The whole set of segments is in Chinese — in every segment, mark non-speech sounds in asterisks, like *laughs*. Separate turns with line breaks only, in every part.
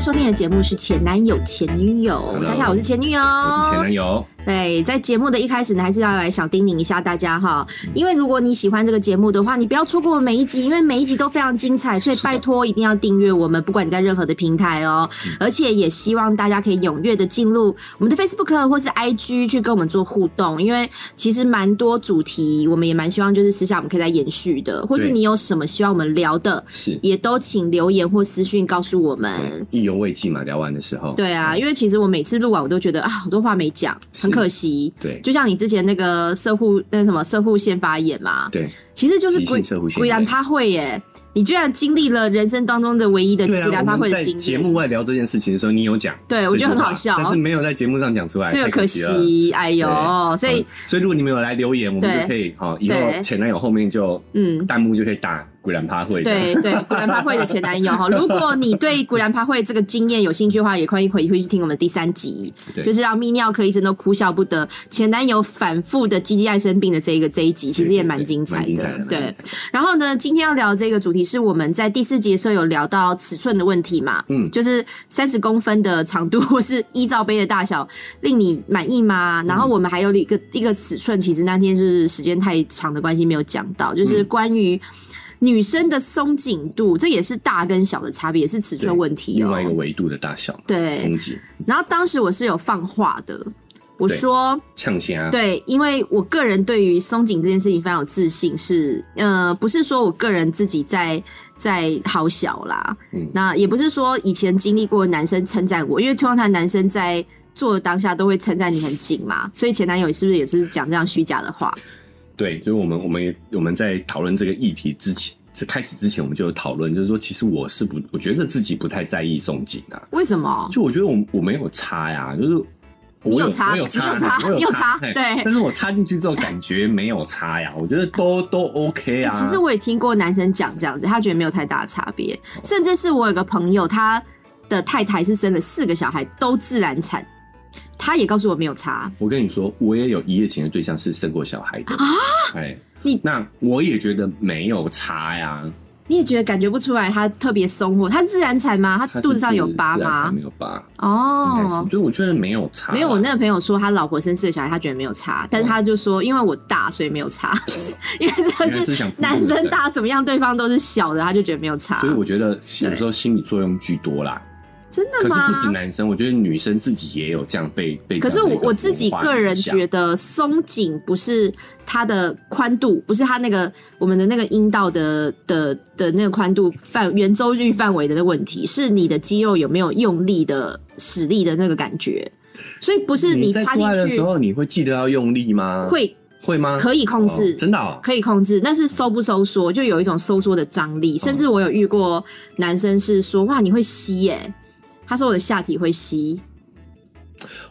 收听的节目是《前男友前女友》
Hello
大家好，我是前女友，
我是前男
哦
友，
对，在节目的一开始呢，还是要来小叮咛一下大家哈，
嗯
因为如果你喜欢这个节目的话，你不要错过每一集，因为每一集都非常精彩，所以
是的
拜托一定要订阅我们，不管你在任何的平台哦。
嗯
而且也希望大家可以踊跃的进入我们的 Facebook 或是 IG 去跟我们做互动，因为其实蛮多主题，我们也蛮希望就是私下我们可以来延续的，或是
对
你有什么希望我们聊的，
是
也都请留言或私讯告诉我们。
意犹未尽嘛？聊完的时候，
对啊，因为其实我每次录完，我都觉得啊，好多话没讲，很
嗯是
可惜。
对
就像你之前那个社户那什么社户宪法眼嘛，
对
其实就是
急性
鬼
社户腺
鬼然
炎
趴会耶，你居然经历了人生当中的唯一的鬼
对啊
然，趴
我
会
们
的
在
经
节
验。
目外聊这件事情的时候，你有讲这句
对
话，
我觉得很好笑
但是没有在节目上讲出来，
对，
太
可
惜了。
惜，哎呦，所以
嗯所以如果你们有来留言，我们
对
就可以好，以后
对
前男友后面就
嗯。
弹幕就可以打“鬼然趴会”。
对对，古兰趴会的前男友哈，如果你对古兰趴会这个经验有兴趣的话，也欢迎回回去听我们第三集，
对
就是让泌尿科医生都哭笑不得，前男友反复的鸡鸡爱生病的这一个这一集，
对，
其实也
对
蛮
对
精彩
蛮精彩
的
的，，蛮
对
精。彩的
然后呢，今天要聊的这个主题是我们在第四集的时候有聊到尺寸的问题嘛，
嗯
就是三十公分的长度或是一罩杯的大小令你满意
嗯
吗？然后我们还有一个一个尺寸，其实那天是时间太长的关系没有讲到，
嗯
就是关于女生的松紧度，这也是大跟小的差别，也是尺寸问题
另
哦
外一。个维度的大小嘛，
对，
风景
然后当时我是有放话的，我
对
说。
呛虾，
对，因为我个人对于松紧这件事情非常有自信，是呃，不是说我个人自己在在好小啦，
嗯
那也不是说以前经历过的男生称赞我，因为通常男生在做的当下都会称赞你很紧嘛，所以前男友是不是也是讲这样虚假的话？
对，就是我们我们也我们在讨论这个议题之前，这开始之前我们就有讨论，就是说其实我是不，我觉得自己不太在意松紧啊，
为什么？
就我觉得我我没有擦呀，就是。
你
我
有擦
我有
你有擦
我
你有
有
擦
嘿
对
但是我插进去之后感觉没有擦呀，我觉得都都 OK 啊。
哎其实我也听过男生讲这样子，他觉得没有太大的差别，甚至是我有个朋友，他的太太是生了四个小孩，都自然产，他也告诉我没有差。
我跟你说，我也有一夜情的对象是生过小孩的啊，哎，
你
那我也觉得没有差呀，
你也觉得感觉不出来他特别松或他自然产吗？
他
他
是
肚子上有
自
疤
自然产
吗？
没有疤，应该是，
哦，
对，我觉得没有差啊，
没有。我那个朋友说他老婆生四个小孩，他觉得没有
哦
差，但是他就说因为我大，所以没有
*laughs*
差，因为这
原来
是
是想服
*laughs*
务
男生
人
大怎么样，对方都是小的，他就觉得没有差。
所以我觉得有时候心理作用居多啦。
真的
可是
吗
不？止男生，我觉得女生自己也有这样被被这
可
样
是
的一
我
文化影响。
我自己个人觉
得
得松紧不是它的宽度，不是它那个我们的那个阴道的的的那个宽度范圆周率范围的那个问题，是你的肌肉有没有用力的使力的那个感觉，所以不是
你在
插
做爱
进
的时
去
候，你会记得要用力吗？
会
会吗？
可以控制
哦，真的哦
可以控制，但是收不收缩就有一种收缩的张
哦
力，甚至我有遇过男生是说哇你会吸耶、他说我的下体会吸，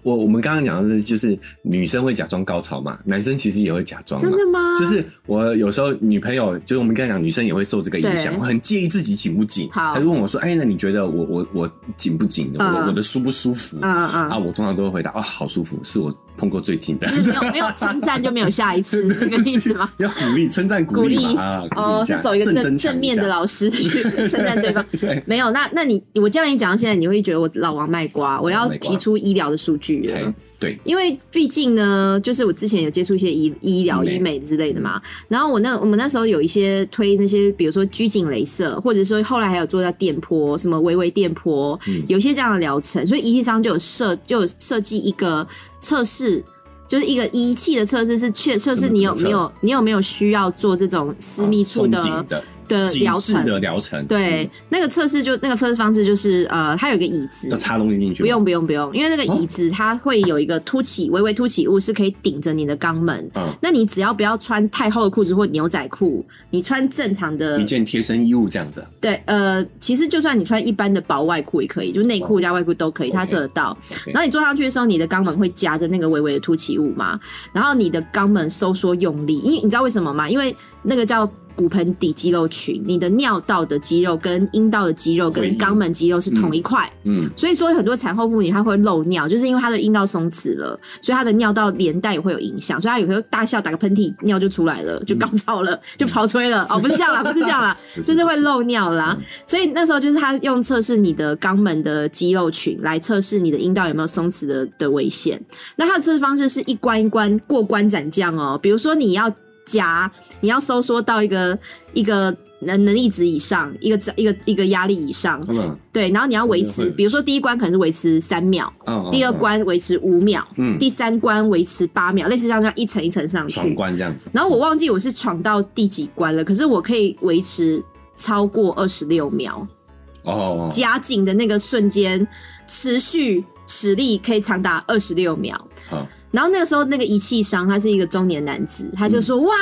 我我们刚刚讲的是，就是女生会假装高潮嘛，男生其实也会假装嘛。
真的吗？
哦就是我有时候女朋友，就是我们刚才讲，女生也会受这个影响，
对
我很介意自己紧不紧。
好
她就问我说：“哎，那你觉得我我我紧不紧？我、
嗯
我的舒不舒服？”
嗯嗯。
啊，我通常都会回答：“哦，好舒服，是我碰过最紧的。”
就是 *laughs* 没有没有称赞就没有下一 *laughs* 次，这个意思吗？
要鼓励，称赞鼓励
鼓励
嘛啊，
哦，是走一个正正面的
了。
老师去称赞对方。 *laughs*
*laughs* 对，
没有，那那你我这样一讲到现在，你会觉得我老王卖瓜，我要
卖瓜
提出医疗的数据了
哎。对，
因为毕竟呢，就是我之前有接触一些医医疗、
医美
医美之类的嘛，然后我那我们那时候有一些推那些，比如说拘谨镭射，或者说后来还有做到电波，什么微微电波，
嗯
有一些这样的疗程，所以仪器商就有设就有设计一个测试。就是一个仪器的测试，是确测试你有没有你有没有需要做这种私密处的、
啊松紧的嗯
的
紧
疗
致
程。
的疗程，
对，那个测试就那个测试方式就是呃，它有一个椅子
嗯，要，插东西进去，
不用不用不用，因为那个
哦
椅子它会有一个凸起，微微凸起物是可以顶着你的肛门。
嗯，
那你只要不要穿太厚的裤子或牛仔裤，你穿正常的
一件贴身衣物这样子，啊
对，呃，其实就算你穿一般的薄外裤也可以，就内裤加外裤都可以，它
OK
测得到。
OK
然后你坐上去的时候，你的肛门会夹着那个微微的凸起物嘛，然后你的肛门收缩用力，因为你知道为什么吗？因为那个叫骨盆底肌肉群，你的尿道的肌肉跟阴道的肌肉
会
跟
阴
肛门肌肉是同一块。
嗯，
所以说，很多产后妇女她会漏尿，就是因为她的阴道松弛了，所以她的尿道连带也会有影响，所以她有时候大笑打个喷嚏，尿就出来了，就高潮了，就潮吹了。哦，不是这
*laughs*
样啦，不是这样啦，
嗯不是嗯
就是会漏尿啦。所以那时候就是她用测试你的肛门的肌肉群来测试你的阴道有没有松弛的的危险。那它的测试方式是一关一关过关斩将哦，比如说你要夹，你要收缩到一个一个能能力值以上，一个一个一个压力以上，
嗯，
对，然后你要维
我觉得
持，
会
比如说第一关可能是维持三秒，
哦
第二，关维持五秒，
嗯，
第三关维持八秒，类似像这样一层一层上
闯
去。
关这样子，
然后我忘记我是闯到第几关了，可是我可以维持超过二十六秒，
哦，
夹紧的那个瞬间，持续实力可以长达二十六秒。
好，
然后那个时候那个仪器商他是一个中年男子，他
嗯
就说、哇。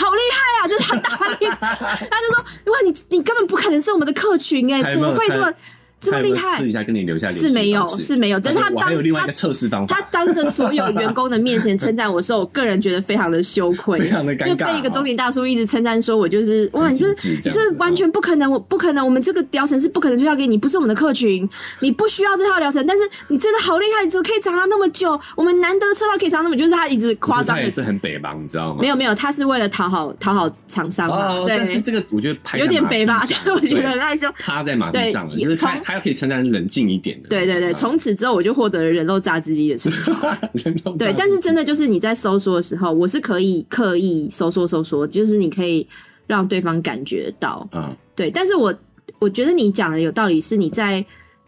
好厉害啊！就是他打你，
*laughs*
他就说：“哇，你你根本不可能是我们的客群哎、
他有
怎
没有
么会
他
这么这么
他有没
厉
有
害？”
试一下跟你留下联系
是没有
方式
是没有，但是他
我还有另外一
当
个测试方
他
法，
当着所有员工的面前称赞我的时候，我个人觉得非常的羞愧，
*laughs* 非常的尴尬啊哦
就被一个中年大叔一直称赞说我就是哇，
很嗯
你这
精致
你
这样
这
子
完全不可能，我不可能，我们这个疗程是不可能推销给你，不是我们的客群，你不需要这套疗程，但是你真的好厉害，你怎么可以长到那么久？我们难得测到可以长那么久，就是他一直夸张
他也
的，
是很北吧，你知道吗？
没有没有，他是为了讨好讨好厂商嘛，
哦，但是
对，
这个我觉得拍
有
在
点
马
北
屁
*laughs* 吧，
上
但我觉
对
得很害羞。
趴在马地
对
上了，
也
就是他
从
他可以称赞冷静一点的。
对对对，从此之后我就获得了人肉榨汁机的成功。
啊 *laughs*
对，但是真的就是你在收缩的时候，我是可以刻意收缩收缩，就是你可以让对方感觉到。
啊，
对，但是我我觉得你讲的有道理，是你在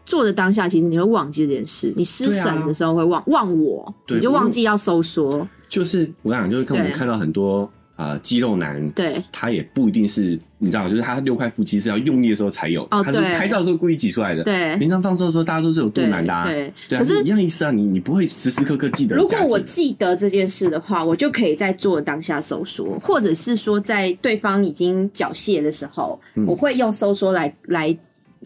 做的当下，其实你会忘记这件事，你失
对啊
神的时候会忘、忘我，
对
你就
我
忘记要收缩。
就是我想就是看我们
对
看到很多啊肌肉男，
对
他也不一定是你知道，就是他六块腹肌是要用力的时候才有，
哦
他是
对
拍照的时候故意挤出来的。
对
平常放松的时候，大家都是有肚
对
腩的啊。
对，
对啊，
可是
你一样意思啊，你你不会时时刻刻记得哎
如
夹紧
果
的。
我记得这件事的话，我就可以在做当下收缩，或者是说在对方已经缴械的时候，我会用收缩来来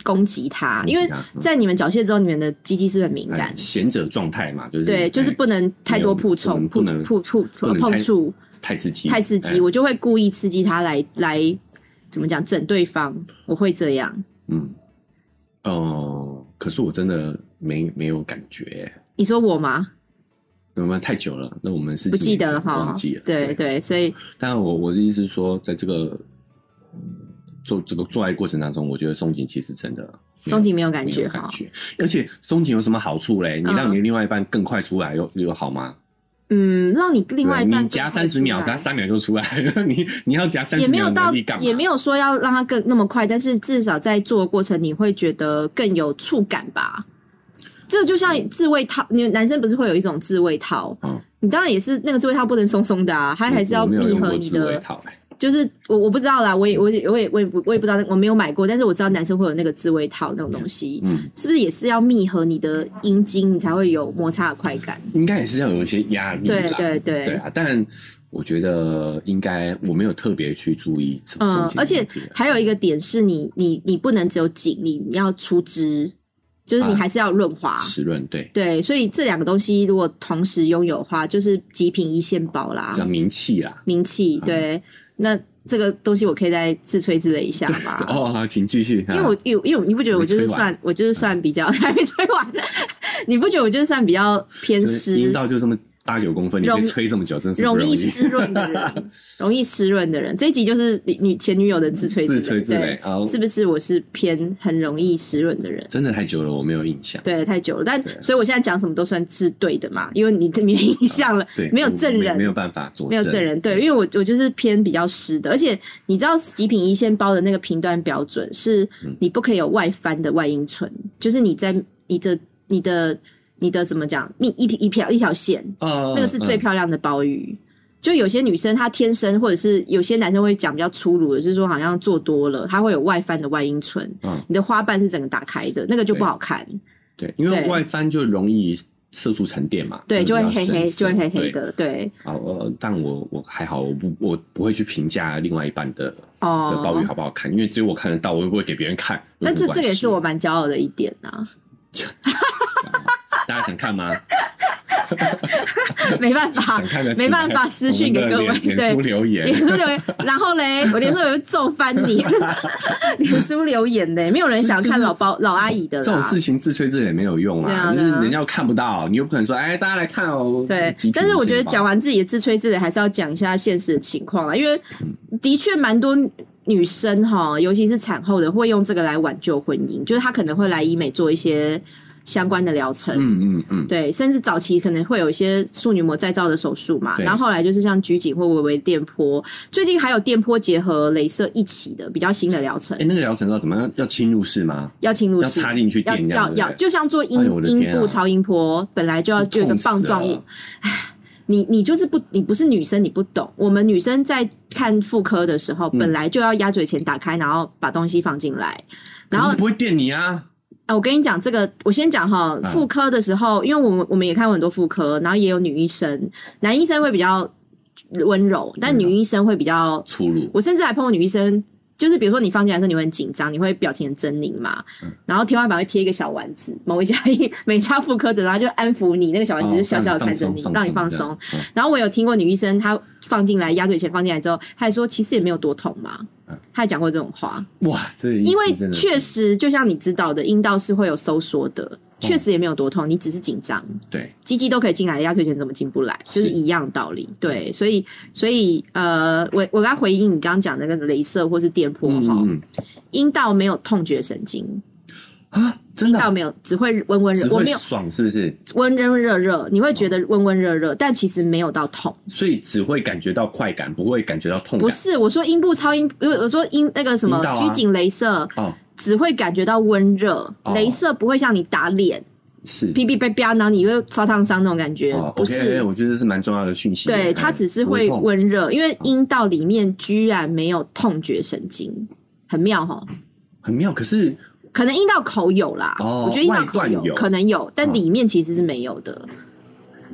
攻击他，
攻击
因为
他嗯嗯
在你们缴械之后，你们的鸡鸡是很敏
哎
感。
贤者状态嘛，就是
对，就是
哎
不能太多
没有
碰冲、
不
碰
能
碰碰
不能太
碰触、
太刺激，
太刺激，
哎
我就会故意刺激他来来怎么讲整对方，我会这样。
嗯，哦，可是我真的没没有感觉，
你说我吗？
我们太久了，那我们是
不记得了哈
忘记了。，
对对，所以
但我我的意思是说，在这个做这个做爱过程当中，我觉得松紧其实真的没有
松紧没有感
没
觉
有感
哈。
觉，而且松紧有什么好处嘞？你
嗯
让你另外一半更快出来有有好吗？
嗯，让你另外一
对
半
你夹
更快
三十秒，
出来
他三秒就出来了， *laughs* 你你要夹三
也
十
没有
秒
到
能力干嘛？
也没有说要让它更那么快，但是至少在做的过程，你会觉得更有触感吧。这就像自慰套，你男生不是会有一种自慰套？
嗯
你当然也是那个自慰套不能松松的啊，它还是要
我没有
密
用
合
过
你
自慰
的。
套哎，
就是我我不知道啦，我也我也我也我也不我也不知道那，我没有买过，但是我知道男生会有那个自慰套那种东西，
嗯，
是不是也是要密合你的阴茎，你才会有摩擦的快感？
应该也是要有一些压力
对
啦。
对
嗯对啊，但我觉得应该我没有特别去注意松紧
嗯
问题，啊，
而且还有一个点是你你你不能只有紧，你你要出汁，就是你
啊
还是要润滑。
湿润，对，
对，所以这两个东西如果同时拥有的话，就是极品一线宝啦
叫，名气啊啦。
名气。
嗯
对，那这个东西我可以再自吹自擂一下吗？
*laughs* 哦，好，请继续。
啊因为我，因为因为你不觉得我就是
没吹完
算我就是算比较 *laughs* 还没吹完，你不觉得我就是算比较偏
就是阴
湿、
道就这么八九公分，你
容
被吹这么久，真是不
容
易
易湿润的人， *laughs* 容易湿润的人。这一集就是你女前女友的自吹
自
自
吹
擂，
自
对
擂，啊！
是不是我是偏很容易湿润的人？
真的太久了，我没有印象。
对，太久了，但
对啊
所以我现在讲什么都算是对的嘛，因为你你的印象了，
对，
没有
我
证人
没有办法佐证，
没有证人，对，因为我我就是偏比较湿的，而且你知道极品一线包的那个评断标准是，你不可以有外翻的外阴唇，就是你在你的你的你的怎么讲，一一一条一条线，
哦。
那个是最
嗯
漂亮的包鱼。就有些女生她天生，或者是有些男生会讲比较粗鲁的，就是说好像做多了，她会有外翻的外阴唇，
嗯
你的花瓣是整个打开的，那个就不好看，
对，因为
对
外翻就容易色素沉淀嘛，
对，
可
就会
能比
黑
较
黑，
深
就会黑
对
黑的，对，
好，呃，但我我还好，我不我不会去评价另外一半的的
哦，
鲍鱼好不好看，因为只有我看得到，我又不会给别人看。有
但
什
这
么
这个也
关系
啊
*laughs*
是我蛮骄傲的一点呐、 *laughs*
大家想看吗？
没办法
想看得，起
没办法私讯给各位
我们的。脸脸
对
书，留言
脸书留言，然后嘞，我脸书留言揍翻你， *laughs* 脸书留言嘞，没有人想看老包老阿姨的
这种
啦。
事情自吹自擂没有用
对啊
啊，就
对
是
啊
人家又看不到，你又不可能说哎，大家来看哦。
对
集体，
但是我觉得
性吧
讲完自己的自吹自擂，还是要讲一下现实的情况啦，因为
嗯
的确蛮多女生哈，尤其是产后的，会用这个来挽救婚姻，就是她可能会来医美做一些相关的疗程，
嗯嗯嗯，
对，甚至早期可能会有一些素女膜再造的手术嘛，
对
然后后来就是像拘谨或微微电波，最近还有电波结合镭射一起的比较新的疗程
哎，，那个疗程要怎么样？要侵入式吗？
要侵入
要
式。
插进去
要
电这样
要要，
子？
就像做音、
哎呦我的
音
天啊
部超音波，本来就要就有一个
痛
棒
死
状物
了，
你你就是不，你不是女生，你不懂。我们女生在看妇科的时候，本来就要鸭嘴钳打开，然后把东西放进来。然后
可是不会电你啊。
啊，我跟你讲这个，我先讲哈，
嗯
妇科的时候，因为我们我们也看过很多妇科，然后也有女医生，男医生会比较温柔，但女医生会比较，
粗鲁，
我甚至还碰过女医生。就是比如说你放进来的时候，你会很紧张，你会表情很狰狞嘛，然后天花板会贴一个小丸子，某一家医 *laughs* 每家妇科诊，然后就安抚你，那个小丸子就小小的看着你，
哦
让你放松。。然后我有听过女医生，她放进来鸭嘴钳放进来之后，她还说其实也没有多痛嘛
嗯，
她还讲过这种话。
哇，这个意思
因为
真的
确实，就像你知道的，阴道是会有收缩
嗯
的，确实也没有多痛，你只是紧张，
对，
鸡鸡都可以进来，鸭腿钳怎么进不来，就
是
是一样道理。对，所以所以呃，我我刚回应你刚刚讲那个镭射或是电波
嗯
哈，
嗯
阴道没有痛觉神经，
嗯啊，真
阴
的
道
啊
没有，只会温温热
只，
我
会
没有
爽是不是？
温温热热，你会觉得温温热热，但其实没有到痛。
所以只会感觉到快感，不会感觉到痛
不
感。
是，我说阴部超音，不是我说阴那个什么
阴道啊
拘谨镭射，
哦，
只会感觉到温热，
哦
镭射不会像你打脸。
是
噼噼啪啪，然后你又烧烫伤那种感觉，
哦
不
o k
是。
我觉得这是蛮重要的讯息。
对，
哎
它只是
不会
会
痛哦
温热，因为阴道里面居然没有痛觉神经，很妙哈。
很妙，可是
可能阴道口有啦，
哦
我觉得阴道口
外段有
可能有，但
哦
里面其实是没有的。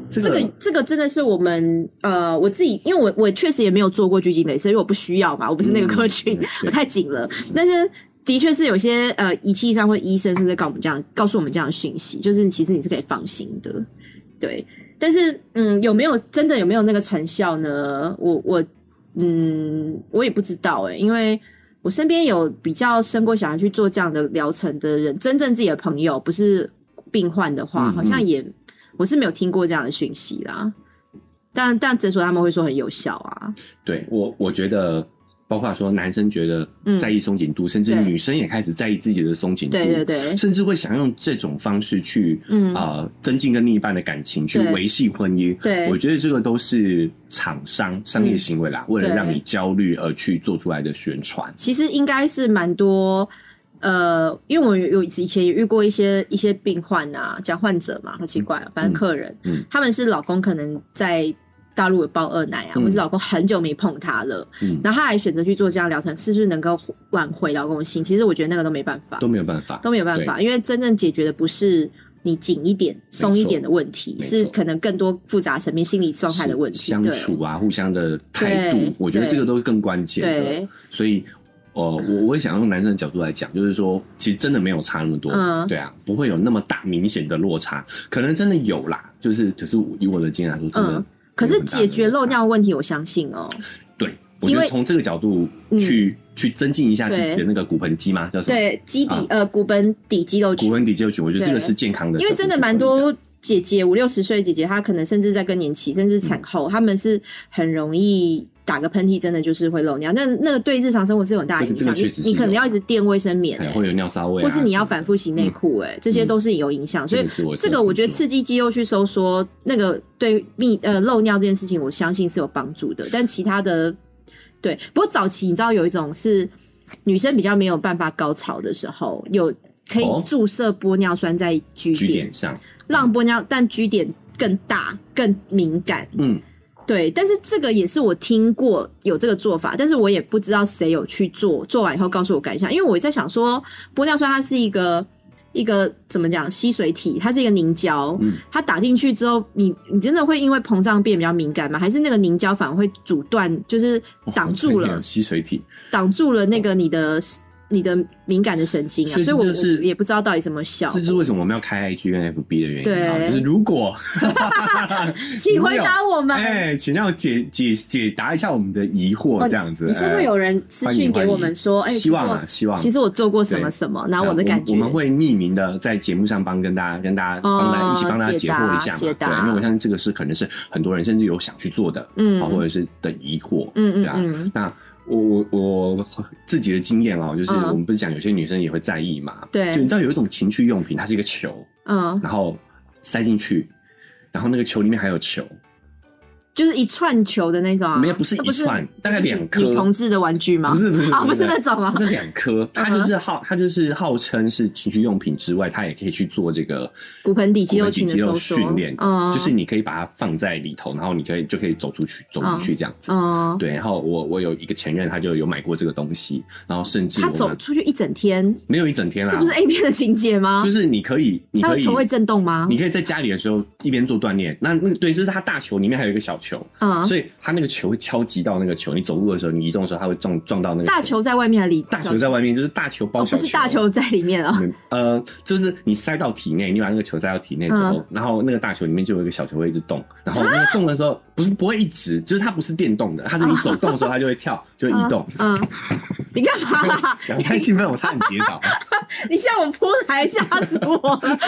这
这
个
个这个真的是我们呃，我自己因为我我确实也没有做过拘谨镭射，因为我不需要嘛，我不是那个科群，
嗯嗯对
我太紧了。但是的确是有些呃仪器上或医生是在告我们这样告诉我们这样的讯息，就是其实你是可以放心的，对。但是嗯，有没有真的有没有那个成效呢？我我嗯，我也不知道诶、因为。我身边有比较生过小孩去做这样的疗程的人，真正自己的朋友不是病患的话，
嗯
好像也我是没有听过这样的讯息啦。但但诊所他们会说很有效啊，
对我，我觉得包括说男生觉得
嗯
在意松紧度，甚至
对
女生也开始在意自己的松紧度，
对对对，
甚至会想用这种方式去
嗯
啊、呃增进跟另一半的感情，去
对
维系婚姻。
对嗯
我觉得这个都是厂商商业行为啦，为了
对
让你焦虑而去做出来的宣传。
其实应该是蛮多。呃，因为我有以前也遇过一些一些病患啊，讲患者嘛，好奇怪、啊，反正客人，
嗯
他们是老公可能在大陆有抱二奶啊，
嗯
或是老公很久没碰她了，
嗯
然后她还选择去做这样疗程，是不是能够挽回老公的心？其实我觉得那个都没办法，
都没有办法，
都没有办法，因为真正解决的不是你紧一点、松一点的问题，
没错
是可能更多复杂层面心理状态的问题。
是相
对
处啊，互相的态
对
度，我觉得
对
这个都是更关键的。
对，
所以，呃，我我也想用男生的角度来讲，就是说，其实真的没有差那么多，
嗯
对啊，不会有那么大明显的落差，可能真的有啦，就是可是以我的经验来说，真的、
嗯可是解决漏，尿问题，我相信哦，
对，我觉
因
得
为嗯
从这个角度去、去增进一下自己的那个骨盆肌嘛，叫什么？
对基底
啊
呃骨盆底肌肉
骨
群，
盆底肌群，我觉得这个
对
是健康的角嗯
因为
度是可以，
真的蛮多姐姐五六十岁的姐姐，她可能甚至在更年期，甚至产后，她们是很容易。打个喷嚏，真的就是会漏尿，那那个对日常生活是有很大的
这个
影响。
这个确实
你你
是
可能
有
要一直垫卫生棉、
哎，
欸
会有尿骚味、啊，嗯
或是你要反复洗内裤，哎，这些都是有影响。所以
这个是我
这个我觉得
听说
刺激肌肉去收缩，那个对泌呃漏尿这件事情，我相信是有帮助的。但其他的，对，不过早期你知道有一种是女生比较没有办法高潮的时候，有可以
哦
注射玻尿酸在 G
据
点，
点嗯上，
让玻尿但 G 点更大更敏感。
嗯，
对，但是这个也是我听过有这个做法，但是我也不知道谁有去做，做完以后告诉我感想，因为我在想说，玻尿酸它是一个一个怎么讲吸水体，它是一个凝胶，
嗯
它打进去之后，你你真的会因为膨胀变比较敏感吗？还是那个凝胶反而会阻断，就是
哇
挡住
好专业
了
哦哦吸水体，
挡住了那个你的你的敏感的神经啊，所
所以
以
这
我
就
我
是
也不知道到底怎么笑
这。就是为什么我们要开 IG 跟 FB 的原因啊，
对
就是如果
请回答我们，
哎、请让我解解解答一下我们的疑惑，
哦
这样子。
你是
哎
会有人私
欢迎
讯给我
欢
们
迎
说，哎，
希望啊，
其实
希
我
望。
其实我做过什么
对
什么，然后我的
呃
感觉，
我们我们会匿名的在节目上帮跟大家跟大家帮大家
哦
一起帮大家解惑一下嘛，
解答解答
对，因为我相信这个是可能是很多人甚至有想去做的，
嗯
啊，或者是的疑惑，
嗯
对啊。
嗯嗯，
那我我我自己的经验哦，就是
嗯
我们不是讲有些女生也会在意嘛，
对
就你知道有一种情趣用品，它是一个球，
嗯，
然后塞进去，然后那个球里面还有球，
就是一串球的那种啊，
没有不是
那
一串，大概
是
两
女
颗，
同志的玩具吗？
不是不是
啊，不是那种啊
它，是两
*laughs*
颗，它就是号，它就是号称是情趣用品之外，它也可以去做这个
骨盆底肌肉
骨盆底
群的
肌肉
收缩
训练，
嗯
就是你可以把它放在里头，然后你可以就可以走出去，走出去这样子。
嗯，
对，然后我我有一个前任，他就有买过这个东西，然后甚至
他
我
走
们
出去一整天，
没有一整天啦，
这不是 A 片的情节吗？
就是你可以，你
他
可
的
以
球会震动吗
你？可以在家里的时候一边做锻炼，那那对，就是它大球里面还有一个小球，
嗯，
所以它那个球会敲击到那个球，你走路的时候，你移动的时候，它会撞撞到那个
大球在外面还是里？
大球在外面，就是大球包
哦，
小
不
球，
是大球在里面啊。
嗯呃，就是你塞到体内，你把那个球塞到体内之后，
嗯
然后那个大球里面就有一个小球会一直动，然后那个动的时候、不是不会一直，就是它不是电动的，它是你走动的时候它就会跳，就会移动。
嗯，你干嘛啦？
讲得太兴奋，我差点跌倒。
你向我扑来，吓死我了，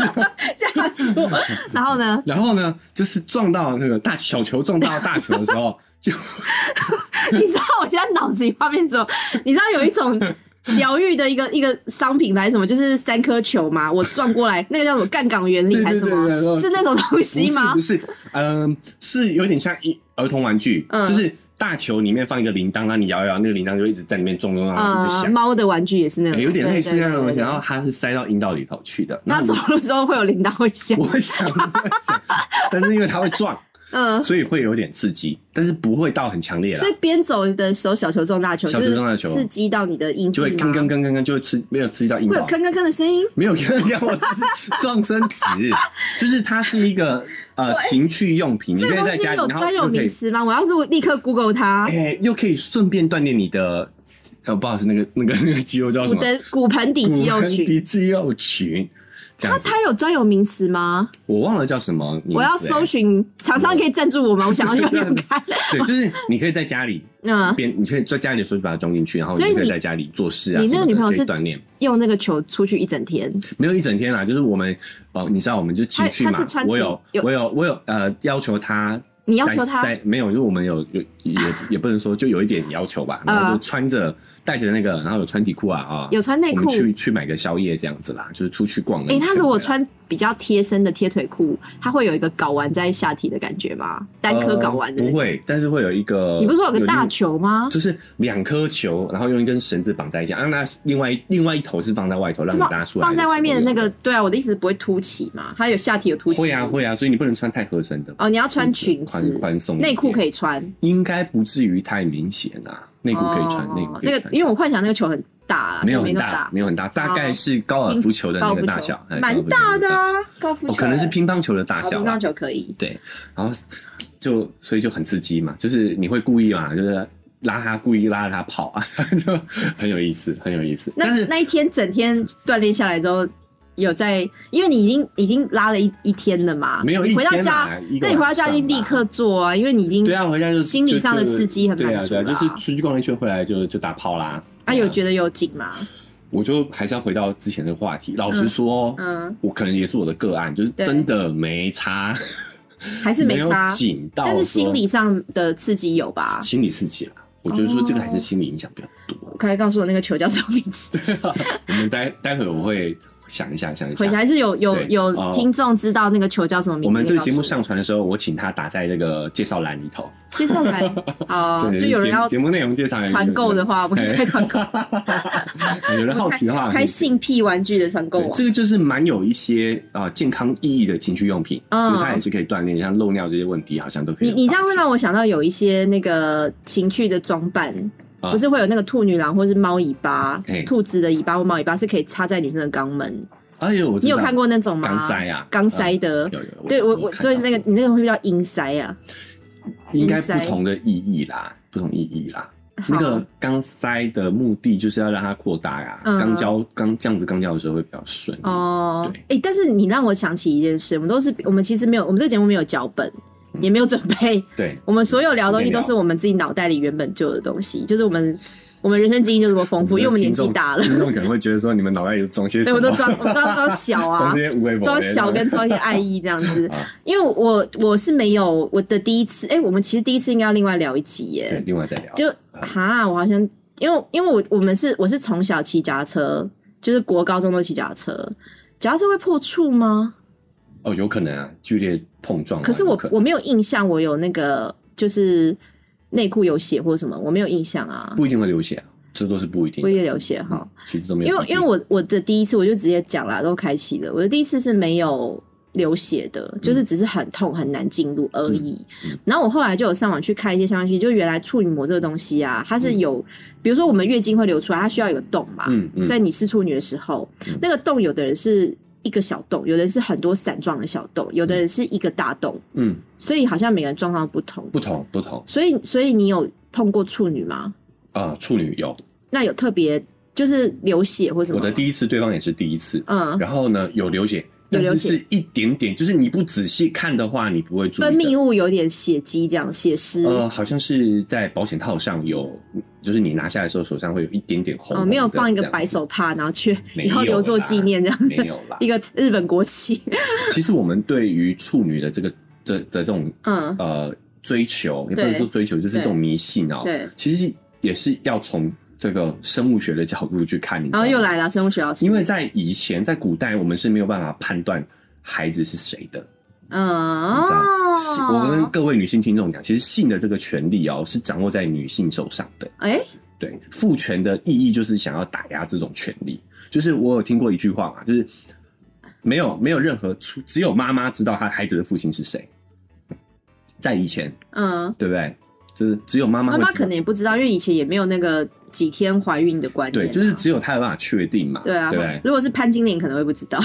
*laughs* 吓死我！然后呢？
然后呢，就是撞到那个大小球撞到大球的时候，就 *laughs*
你知道我现在脑子里画面什么？你知道有一种疗愈的一个一个商品牌是什么？就是三颗球嘛，我撞过来，那个叫什么杠杆原理还是什么？
对对对对对
是那种东西吗
不？是不是，嗯、是有点像一儿童玩具，
嗯
就是大球里面放一个铃铛，然后你摇一摇，那个铃铛就一直在里面撞撞撞，然后一直
呃，
响。
猫的玩具也是那种，
欸有点类似那种东
对对对
西，
对
然后它是塞到阴道里头去的。
那
然后
走
我
路的时候会有铃铛会响，
*laughs* 我想，我想，但是因为它会
*laughs*
撞，
嗯，
所以会有点刺激，但是不会到很强烈啦
所以，边走的时候小球撞大球，
啊小
就
球
是
撞大球
刺激到你的阴蒂
就会
吗
吭吭吭吭吭，就会刺没有刺激到阴
会有
道，
吭吭吭的声音，
没有吭吭吭，我只是撞生词，就是它是一个呃情趣用品，你
这
可
个
以
东
在
西
家里，
有
然后
专有
又可
名
以
词吗？我要是立刻 Google 它，
哎，又可以顺便锻炼你的呃，不好意思，那个 *laughs* 那个那个肌肉叫
骨
什么？
的骨盆底肌肉
骨盆
群，
底肌肉群，这
它
样子，
它有专有名词吗？
我忘了叫什么名字。
我要
欸
搜寻，厂商可以赞助我吗？我想要用用看。
*laughs*
*laughs*
对，就是你可以在家里
嗯，
边，你可以在家里的时候就把它装进去，然后
所以
你可以
你
在家里做事啊
你那
什么
个
的，
女朋友
可以
是
锻炼，
用那个球出去一整天，
没有一整天啦，就是我们呃，你知道我们就情趣
她她
嘛
是穿，
我有
裙有
我有我有呃要求他。
你要求她
在没有，就是我们有有也也不能说，就有一点要求吧。然
呃
后就穿着带着那个，然后有穿底裤啊啊，
有穿内
我
裤
们。去去买个宵夜这样子啦，就是出去逛了
诶，
一圈回来。
他如果穿比较贴身的贴腿裤，他会有一个睾丸在下体的感觉吗？单颗睾丸的
呃
那种？
不会，呃但是会有一个。
你不是说有个大
另
球吗？
就是两颗球，然后用一根绳子绑在一起，啊，那另外另外一头是放在外头，让你
放
拿出来。
放在外面的那个，对啊，我的意思是不会凸起嘛，它有下体有凸起。
会啊。会啊，所以你不能穿太合身的，
哦，你要穿裙
宽
子，
宽松一点
内裤可以穿，
应该不至于太明显啊，内裤可以穿
哦，
内裤可
那
以
个
穿，，
因为我幻想那个球很大啦，
没有
所以
很
那么
大，没有很大，大概是高尔夫球的
高
那
尔
个
夫
大
球
小，哎
蛮大的啊，高尔夫
哦，
球
可能是乒乓球的大
哦
小
乒
啦
乓，球可以。
对，然后就所以就很刺激嘛，就是你会故意嘛，就是拉他故意拉着他跑啊， *laughs* 就很有意思，很有意思，
那
但是。
那一天整天锻炼下来之后，有在，因为你已经已经拉了一一天了嘛，
没有
你
一
回到
天
家
啦，一个
那你回到家
晚
就
上吧
立刻做啊，因为你已经
对啊，回家就
心理上的刺激很
就对
满
啊，
足
对啊，
啦
就是出去逛了一圈回来就就打炮啦。
啊有
对
觉得有紧吗？
我就还是要回到之前的话题，老实
嗯
说，
嗯，
我可能也是我的个案，就是
对
真的没差，
还是
没有
差，
紧到
但
说
是心理上的刺激有吧？
心理刺激啦。我觉得说这个还
哦
是心理影响比较多。
我刚才告诉我那个球叫什么名字，
我们待待会我会想一下，想一
回
下。
还是有有
对哦
有听众知道那个球叫什么名字？
我们这个节
可以
目
告诉
上传的时候，我请他打在那个介绍栏里头。
我接
*laughs*
下来，好，
对
哦就有人
节
要
节目内容介绍栏里头
团购的，话，我们可以开
*laughs*
团购，
哎有人好奇的话，
开性癖玩具的团购
对，
网
这。个就是蛮有一些啊、呃健康意义的情趣用品，
嗯
就是它也是可以锻炼，像漏尿这些问题好像都可
你
以有帮助。
你这样会让我想到有一些那个情趣的装扮，
啊
不是会有那个兔女郎或是猫尾巴
嘿、
兔子的尾巴或猫尾巴是可以插在女生的肛门，
哎呦，我知
你有
道
看过那种吗？
钢塞啊
钢塞的。
有有，
对我我
看到
所以那个你那个会不会叫阴塞啊？
应该
阴塞
不同的意义啦，不同意义啦。那
好
个钢塞的目的就是要让它扩大呀、
嗯
钢胶钢这样子钢胶的时候会比较顺。
哦，
对
哎、但是你让我想起一件事，我们都是我们其实没有，我们这个节目没有脚本，
嗯
也没有准备， *laughs*
对，
我们所有聊的东西
随便聊
都是我们自己脑袋里原本就有的东西，就是我们我们人生经验就这么丰富，因为我们年纪大了， *laughs*
听众可能会觉得说你们脑袋有装些什
对
么？
我都
*laughs*
装我都要装小啊
装这，些无为
装小跟装一些爱意这样子
*laughs* 啊，
因为我我是没有我的第一次，哎、我们其实第一次应该要另外聊一集
对，啊
耶，
另外再聊。
就哈，我好像因为因为我我们是我是从小骑脚踏车，就是国高中都骑脚踏车，脚踏车会破处吗？
哦，有可能啊，剧烈碰撞啊。
可是我
有能
我没有印象，我有那个就是内裤有血或什么，我没有印象啊，
不一定会流血啊，这都是不一定嗯
我
的。
也流血哈。
其实都没
因
有
为
一定，
因为我我的第一次我就直接讲啦，都开启了。我的第一次是没有流血的，就是
嗯
只是很痛很难进入而已。然后我后来就有上网去看一些相关信息，就原来处女膜这个东西啊，它是有，比如说我们月经会流出来，它需要有个洞嘛，
嗯嗯，
在你是处女的时候，那个洞有的人是一个小洞，有的人是很多伞状的小洞，有的人是一个大洞。
嗯
所以好像每个人状况不同。
不同不同
所以，所以你有碰过处女吗？
啊，处女有，
那有特别就是流血或什么
我
吗？
的第一次对方也是第一次，
嗯，
然后呢有流血，
有
但
流
是
血
是一点点，就是你不仔细看的话，你不会注意的
分泌物有点血迹，这样血丝。
呃，好像是在保险套上有，就是你拿下来的时候手上会有一点点红
哦，
红的
没有放一个
这样子
白手帕，然后去
没
以后
有
留作
啦
纪念这样
没
子。
有
*laughs*
啦
一。个日本国旗，
其实我们对于处女的这个的的这种
嗯，
呃追求，也不
对
能说追求，就是这种迷信哦、
对。
其实也是要从这个生物学的角度去看，你
然
知道
后
吗
哦又来了生物学老师，
因为在以前，在古代，我们是没有办法判断孩子是谁的。
嗯
你知
哦
道，性我跟各位女性听众讲，其实性的这个权利哦，是掌握在女性手上的。
哎，
对，父权的意义就是想要打压这种权利。就是我有听过一句话嘛，就是没有没有任何出，只有妈妈知道她孩子的父亲是谁。在以前，
嗯，
对不对？就是只有妈妈
妈
会
妈
知
可能也不知道，因为以前也没有那个几天怀孕的观念
对，
啊，
就是只有她有办法确定嘛，
对啊
对不对，？
如果是潘金莲可能会不知
*laughs*
道，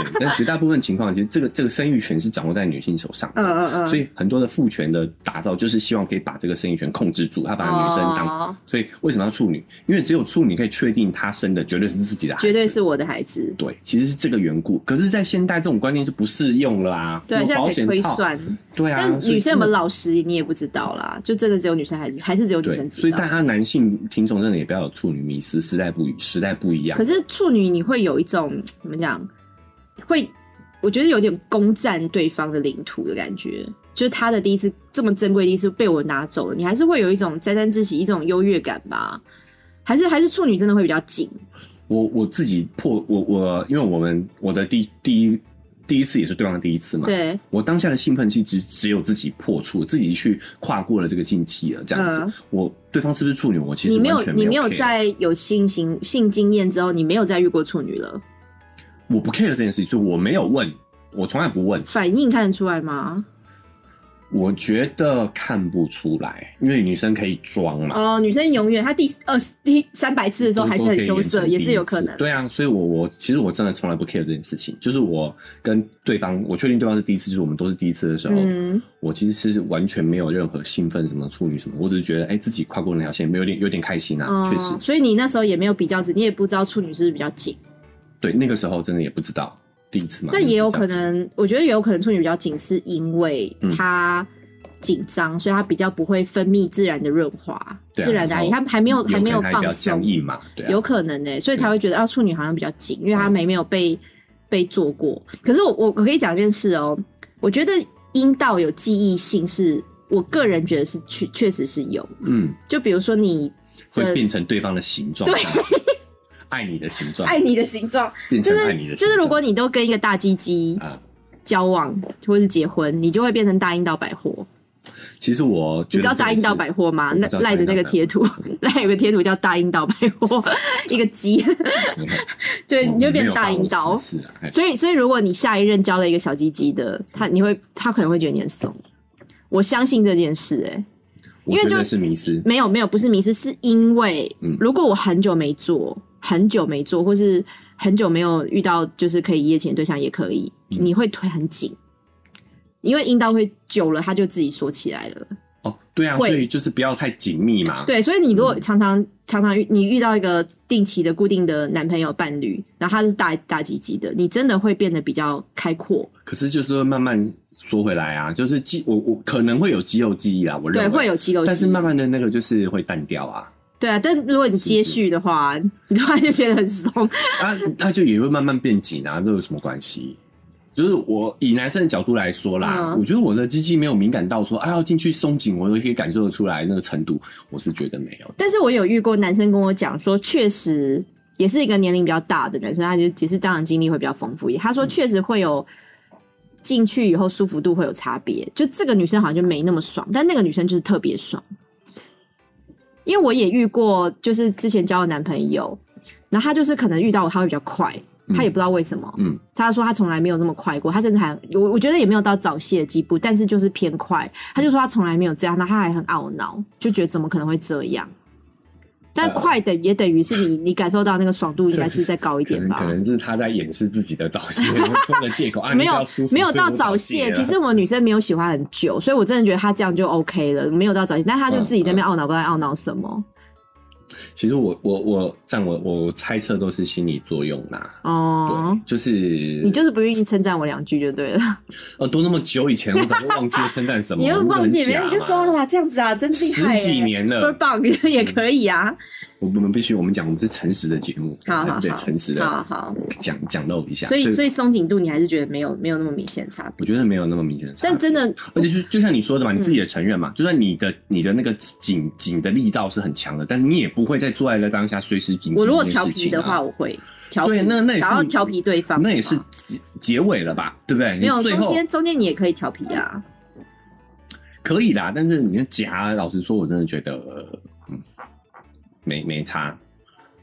对，但绝大部分情况，其实这个这个生育权是掌握在女性手上的。
嗯嗯嗯，
所
以
以很多的父权的打造，就是希望可以把这个生育权控制住，他把女生当。
哦
所以为什么要处女？因为只有处女可以确定她生的绝对是自己的孩子，
绝对是我的孩子。
对，其实是这个缘故。可是，在现代这种观念就不适用了啊，
对，
有
现在
保
可以
险
推
套，
算，
对啊，
但
所以
女生有没
真
有
的
老实你也不知道啦，就真的只有女生还还是只有女生
对，
知
所以
道
大。家男性听众真的也不要有处女迷思，时代不一时代不一样
可。是处女你会有一种怎么讲，会我觉得有点攻占对方的领土的感觉，就是他的第一次这么珍贵的第一次被我拿走了，你还是会有一种沾沾自喜，一种优越感吧？还是还是处女真的会比较紧？
我我自己破我我，因为我们我的第第一第一次也是对方的第一次嘛，
对，
我当下的兴奋期只只有自己破处，自己去跨过了这个禁忌了，这样子。
嗯
我对方是不是处女，我其
你
实
没有
完全
你
没
没有
care
在有性行性经验之后，你没有再遇过处女了，
我不 care 这件事情，所以我没有问，我从来不问。
反应看得出来吗？
我觉得看不出来，因为女生可以装嘛，
哦，女生永远她第二十、第三百次的时候还是很羞涩，
都可以
也
延伸第一次
是有可能。
对啊，所以我我其实我真的从来不 care 这件事情，就是我跟对方，我确定对方是第一次，就是我们都是第一次的时候，
嗯，
我其实是完全没有任何兴奋什么处女什么，我只是觉得哎、自己跨过那条线，没有点有点开心啊，
哦
确、实，
所以你那时候也没有比较值，你也不知道处女是不是比较紧，
对那个时候真的也不知道第一次嘛，
但也有可
这样子
能，我觉得也有可能处女比较紧，是因为
嗯
她紧张，所以她比较不会分泌自然的润滑、
对啊
自然的爱意，
然
她
后
还没有
有可
还没
能还比
放
较
松
僵，硬嘛，对啊
有，可能呢、所以才会觉得啊，处女好像比较紧，因为
嗯
她没没有被被做过。可是我我我可以讲一件事哦、我觉得阴道有记忆性是。我个人觉得是确确实是有，
嗯，
就比如说你
会
对
变成对方的形状，对，爱你的形
*laughs*
状，
爱你的形状，
变
哎就
成嗯爱你
是
的形状，
就是如果你都跟一个大鸡鸡
啊。
交往或是结婚，你就会变成大阴道百货。
其实我
你
觉
知
得
道大阴道百货吗？
我
那
不知道
赖的那个
大阴道百货
贴图
是什么，
赖有个贴图叫大阴道百货，一个鸡，
*laughs* 货，
对， *laughs* 你就变成大阴道。
是啊，哎
所以，所以如果你下一任交了一个小鸡鸡的，他你会他可能会觉得你很怂。我相信这件事、欸，哎，因
我
为就嗯
真的是迷失，
没有没有，不是迷失，是因为
嗯
如果我很久没做，很久没做，或是很久没有遇到就是可以一夜情的对象也可以，
嗯
你会腿很紧，因为阴道会久了它就自己缩起来了。
哦，对啊，
会
所以就是不要太紧密嘛。
对，所以你如
嗯
果常常、常常遇你遇到一个定期的固定的男朋友伴侣，然后他是大大几级的，你真的会变得比较开阔，
可是就是会慢慢缩回来啊，就是肌我我可能会有肌肉记忆啊，我认
对，
为
会有肌肉
但是
记忆
慢慢的那个就是会淡掉啊，
对啊，但如果你接续的话， *laughs* 你突然就变得很松。
啊，那就也会慢慢变紧啊，这有什么关系？就是我以男生的角度来说啦，
嗯
我觉得我的鸡鸡没有敏感到说啊要进去松紧，我都可以感受得出来那个程度，我是觉得没有。
但是我有遇过男生跟我讲说，确实也是一个年龄比较大的男生，他就也是当然经历会比较丰富一点。
嗯
他说确实会有进去以后舒服度会有差别，就这个女生好像就没那么爽，但那个女生就是特别爽。因为我也遇过，就是之前交的男朋友，然后他就是可能遇到我，他会比较快，他也不知道为什么。
嗯，
他说他从来没有那么快过，他甚至还我我觉得也没有到早泄的地步，但是就是偏快。他就说他从来没有这样，那他还很懊恼，就觉得怎么可能会这样？但
呃
快等也等于是
*laughs*
你你感受到那个爽度应该
是
是再高一
可
点
能
吧
可？能是他在掩饰自己的早
*laughs*
泄做的借口啊，
没有
你比较舒服
没有到
早
早
泄
泄，
啊，
其实我女生没有喜欢很久，所以我真的觉得她这样就 OK 了，没有到早泄，但她
嗯
就自己在那边懊恼，不知道在懊恼什么
其实我我我占我我猜测都是心理作用啦。
哦
对。，就是
你就是不愿意称赞我两句就对了，
哦，都那么久以前，我早就忘记了称赞什
*laughs*
么，
你又忘记，别
别
人就说哇这样子啊，真厉害、欸，
十几年
倍儿
了，嗯
棒，也可以啊，
我我们必须我们讲，我们是诚实的节目，
好
还
好
是啊得
好
诚实
好
的
好。
讲讲漏一下。
所以所以松紧度你还是觉得没有没有那么明显的差别，
我觉得没有那么明显的差别。
但真的
而且就就像你说的嘛，你自
嗯
己也承认嘛，就算你的你的那个紧紧的力道是很强的，但是你也不会在做爱的当下随时紧。
我如果调皮的话，，我会调皮，
对那那也是
想要调皮对方的话，
啊那也是结结尾了吧，对不对？你
没有
最
中
后
间中间你也可以调皮啊，
可以啦，但是你的夹，老实说，我真的觉得，呃嗯，没没差，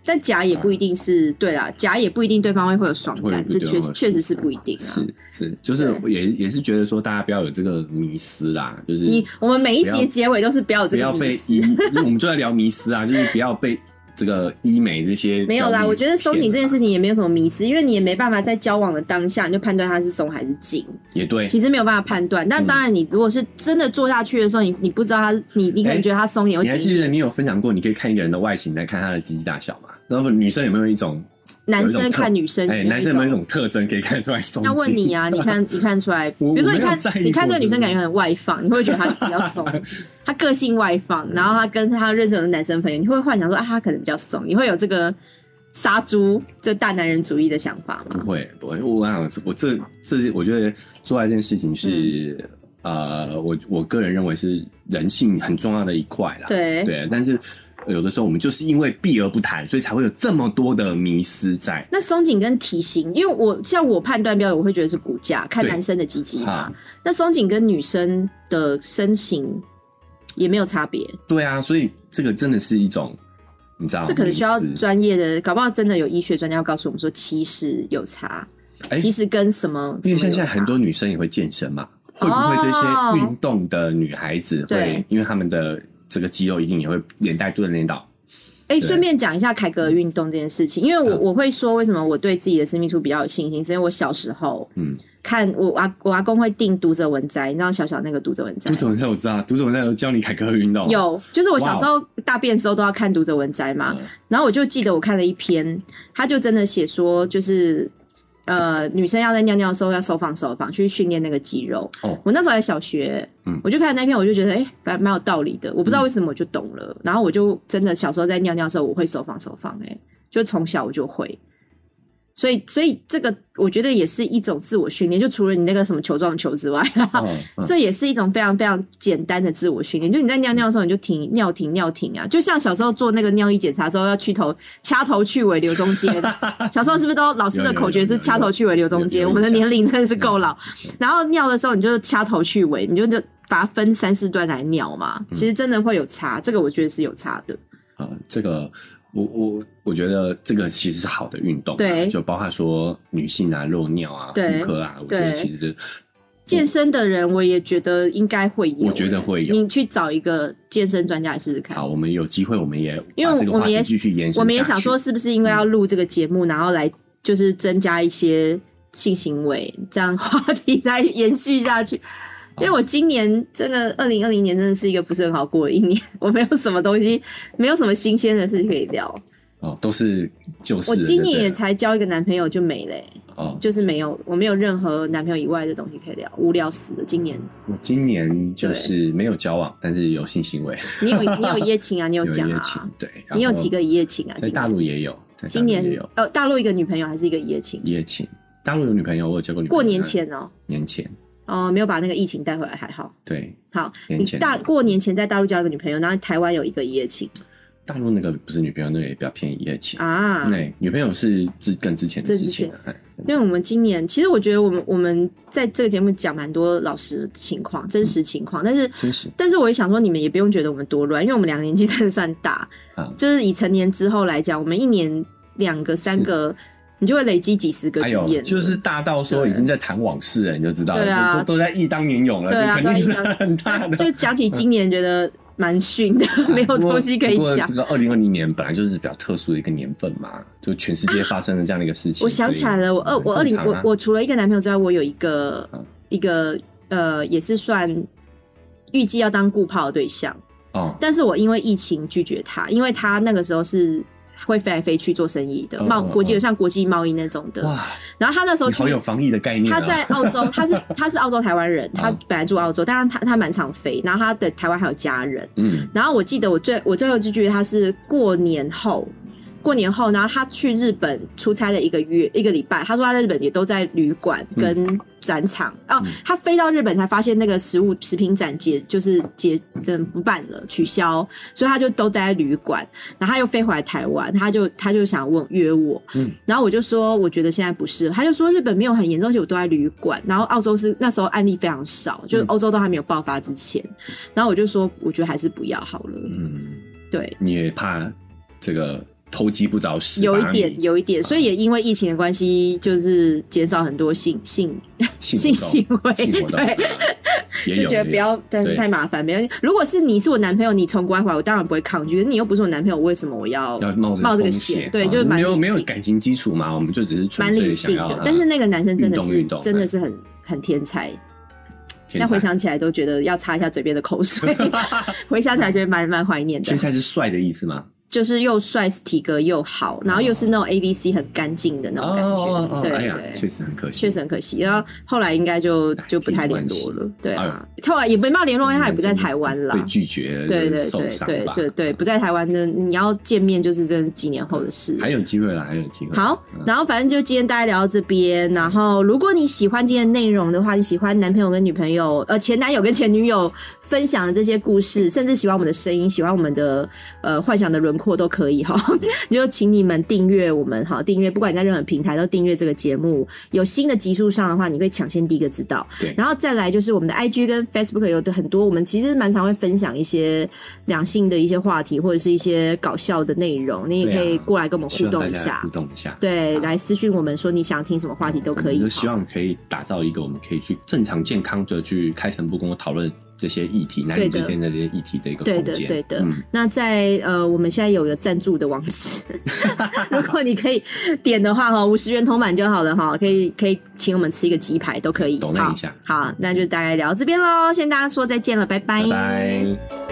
但夹也不一定是对啦，夹也不一定对方会会有爽
嗯会
感，
不
这
一定
确
会
实确实是不一定啊。
是是，就是也也是觉得说，大家不要有这个迷失啦，就是
你我们每一
不要
节结尾都是不要有
不
这
要
个迷
被
思
医，我们就在聊迷失啊，就是不要被这个医美这些
*laughs* 没有
焦
啦，
虑
我觉得松紧这件事
骗了
情也没有什么迷思，因为你也没办法在交往的当下你就判断它是松还是紧，
吧也对，
其实没有办法判断。但当然，你如果是真的做下去的时候，你你不知道它是，你你可能觉得它松也会
哎你还
紧，
记得你有分享过，你可以看一个人的外形来看他的鸡鸡大小嘛？然后女生有没有一种，
男
有一
生
种特
看女生，
哎、男生有没有一种特征可以看出来松紧？
那问你啊，你看你看出来，比
我
如说你
我没
看
有在意过
你看这个女
这
生
个
感觉很外放，你会觉得她比较
*laughs*
松，她个性外放，然后她跟她认识的男生朋友，你会幻想说啊，她可能比较松，你会有这个杀猪这大男人主义的想法吗？
不会不会，我想我这这些，我觉得做爱这件事情是、
嗯
呃，我我个人认为是人性很重要的一块啦。
对，
对，但是呃有的时候我们就是因为避而不谈，所以才会有这么多的迷失在。
那松紧跟体型，因为我像我判断标准，我会觉得是骨架，看
对
男生的鸡鸡嘛
啊。
那松紧跟女生的身形也没有差别，
对啊，所以这个真的是一种，你知道，
这可能需要
迷思
专业的，搞不好真的有医学专家要告诉我们说，其实有差，
哎
其实跟什么，
因为像
什么
现
有
在
差
很多女生也会健身嘛，会不会这
哦
些运动的女孩子会
对，
因为她们的这个肌肉一定也会连带锻炼到，
哎，
对
顺便讲一下凯格运动这件事情，因为我、
嗯
我会说为什么我对自己的私密处比较有信心，是因为我小时候，
嗯
嗯，看我阿我阿公会订读者文摘，你知道小小那个读者文摘
读。者文摘我知道，读者文摘有教你凯格尔运动，
有，就是我
哇
小
哦
时候大便的时候都要看读者文摘嘛，
嗯
然后我就记得我看了一篇，他就真的写说，就是呃，女生要在尿尿的时候要收放收放，去训练那个肌肉。
哦
我那时候还小学，
嗯
我就看了那篇，我就觉得哎，蛮、蛮有道理的。我不知道为什么我就懂了，然后我就真的小时候在尿尿的时候，我会收放收放、哎，就从小我就会。所以，所以这个我觉得也是一种自我训练，就除了你那个什么球状球之外，
嗯嗯
这也是一种非常非常简单的自我训练，就你在尿尿的时候，你就停尿停尿停啊，就像小时候做那个尿液检查的时候要去头掐头去尾留中
*laughs*
间，小时候是不是都老师的口诀是掐头去尾留中
有
间？
有有有嗯
我们的年龄真的是够老
有有。
然后尿的时候你就掐头去尾，你就就把它分三四段来尿嘛，
嗯
其实真的会有差，这个我觉得是有差的。
啊、这个我我我觉得这个其实是好的运动、啊，
对
就包括说女性啊、漏尿啊、
对
妇科啊，我觉得
对
其实
健身的人我也觉得应该会有，欸
我觉得会有
你去找一个健身专家来试试看
好，。我们有机会我们也
因为
把这个
我
话
们也
题继续延伸，
我们也想说，，是不是因
嗯
为要录这个节目，然后来
*laughs*
就是增加一些性行为，这样话题再延续下去。因为我今年真的，二零二零年真的是一个不是很好过的一年， *laughs* 我没有什么东西，没有什么新鲜的事情可以聊。
哦，都是旧事
我
了。
今
对
年
不对
也才交一个男朋友就没嘞、
哦，
就是没有，我没有任何男朋友以外的东西可以聊，无聊死了。今年
我今年就是没有交往，但是有性行为，
你有你有一夜情啊，
*laughs*
你有
有一
讲
夜
啊
情，，对。然后
你有几个一夜情啊？
在
今
大
年
陆也有，在大
今
陆
年
也有
呃，大陆一个女朋友还是一个一夜情？
一夜情。大陆有女朋友，我有交过女朋友。嗯
过年，前哦、
年前，
哦、没有把那个疫情带回来，还好。
对，
好，
年
你
前
大过年前在大陆交一个女朋友，然后台湾有一个一夜情
大陆那个不是女朋友，那个也比较偏一夜情。
啊。
对，女朋友是之更之前的
这
事
之
情哎了。
所以我们今年，其实我觉得我们我们在这个节目讲蛮多老师的情况、真实情况，但是
真实
但是我也想说，你们也不用觉得我们多乱，因为我们两个年纪真的算大，
啊
就是以成年之后来讲，我们一年两个、三个，你就会累积几十个
哎
经
呦，
验了、
就是大到说
对
已经在谈往事了，你就知道了，
对啊
都都都在忆当年勇了，
对啊
这肯定是
都在忆当 *laughs*
很大的。 *laughs* 哎
就讲起今年觉得蛮逊的，没有东西可以
不过
讲
这。个二零二零年本来就是比较特殊的一个年份嘛，就全世界发生了这样的一个事
啊
情。
我想起来了，我二我二
所以
零
很正
我
常啊
我除了一个男朋友之外，我有一个
嗯
一个呃，也是算预计要当顾炮的对象，
哦
但是我因为疫情拒绝他，因为他那个时候是会飞来飞去做生意的
嗯
贸
嗯
国际
嗯
像国际贸易那种的，
哇，
然后他那时候
你好
去
有防疫的概念啊！
他在澳洲，他
*laughs*
是他是澳洲台湾人，他
嗯
本来住澳洲，但是他他蛮常飞，然后他的台湾还有家人。
嗯
然后我记得我最我最后一次拒绝他是过年后，过年后，然后他去日本出差了一个月一个礼拜，他说他在日本也都在旅馆
嗯
跟展场。哦，他飞到日本才发现那个食物食品展结就是结嗯不办了，取消，所以他就都待在旅馆。然后他又飞回来台湾，他就他就想问约我，
嗯
然后我就说我觉得现在不适合，他就说日本没有很严重，而且我都在旅馆，然后澳洲是那时候案例非常少，就是
嗯
欧洲都还没有爆发之前，然后我就说我觉得还是不要好了，
嗯，
对，
你也怕这个偷鸡不着蚀，
有一
把你
点有一点，所以也因为疫情的关系，就是减少很多性性
性
性行为
性活动
对，
*laughs* 也有
就觉得
也
不要太
对
太麻烦，没有。如果是你是我男朋友，你从国外回来，我当然不会抗拒，可是你又不是我男朋友，为什么我要
要冒
冒这
这
个
个
险
险，
对
啊
就是蛮
没有
理
没有
性
感情基础嘛，我们就只是纯
蛮
粹
理
想
性
要
的
啊？
但是那个男生真的是
运动运动
真的是很很天才，现
天
在回
才
想起来都觉得要擦一下嘴边的口
*laughs*
水，回想起来觉得蛮蛮怀念的
天。才是帅的意思吗？
就是又帅，体格又好，然后又是那种 A B C 很干净的那种感
哦
觉，
哦
对
哎呀，确
对。
实很可惜，
确实很可惜，然后后来应该就
哎
就不太
挺
联
惋
络
惜
了，对啊，
哎
后来也没办法联络，因为他也
嗯
不在台湾啦
被，拒绝，
对对
受
对
伤
对
吧
对对，不在台湾，真的你要见面就是真的是几年后的事了，
还有机会啦，还有机会。
好，然后反正就今天大家聊到这边。然后，如果你喜欢今天的内容的话，你喜欢男朋友跟女朋友，呃，前男友跟前女友分享的这些故事，甚至喜欢我们的声音，喜欢我们的呃幻想的轮廓都可以哈。
*laughs*
你就请你们订阅我们哈，订阅不管你在任何平台都订阅这个节目。有新的集数上的话，你会抢先第一个知道。
对
然后再来就是我们的 IG 跟 Facebook 有的很多，我们其实蛮常会分享一些两性的一些话题，或者是一些搞笑的内容，你也可以
对啊
过来跟我们互
希望
动
大
一
家
下
互。动一下，
对，
好
来私讯我们说你想听什么话题都可
我
以。
们就希望可以打造一个我们可以去正常健康的去开诚布公地讨论这些议题，男女
对的
之间的这些议题的一个
对
空
的
间。
对的
嗯，
那在呃，我们现在有个赞助的网址， *laughs* 如果你可以点的话哈，五十元铜板就好了哈，可以可以请我们吃一个鸡排都可以。
抖内
好
一下
好，那就大概聊到这边喽，先大家说再见了，拜
拜拜。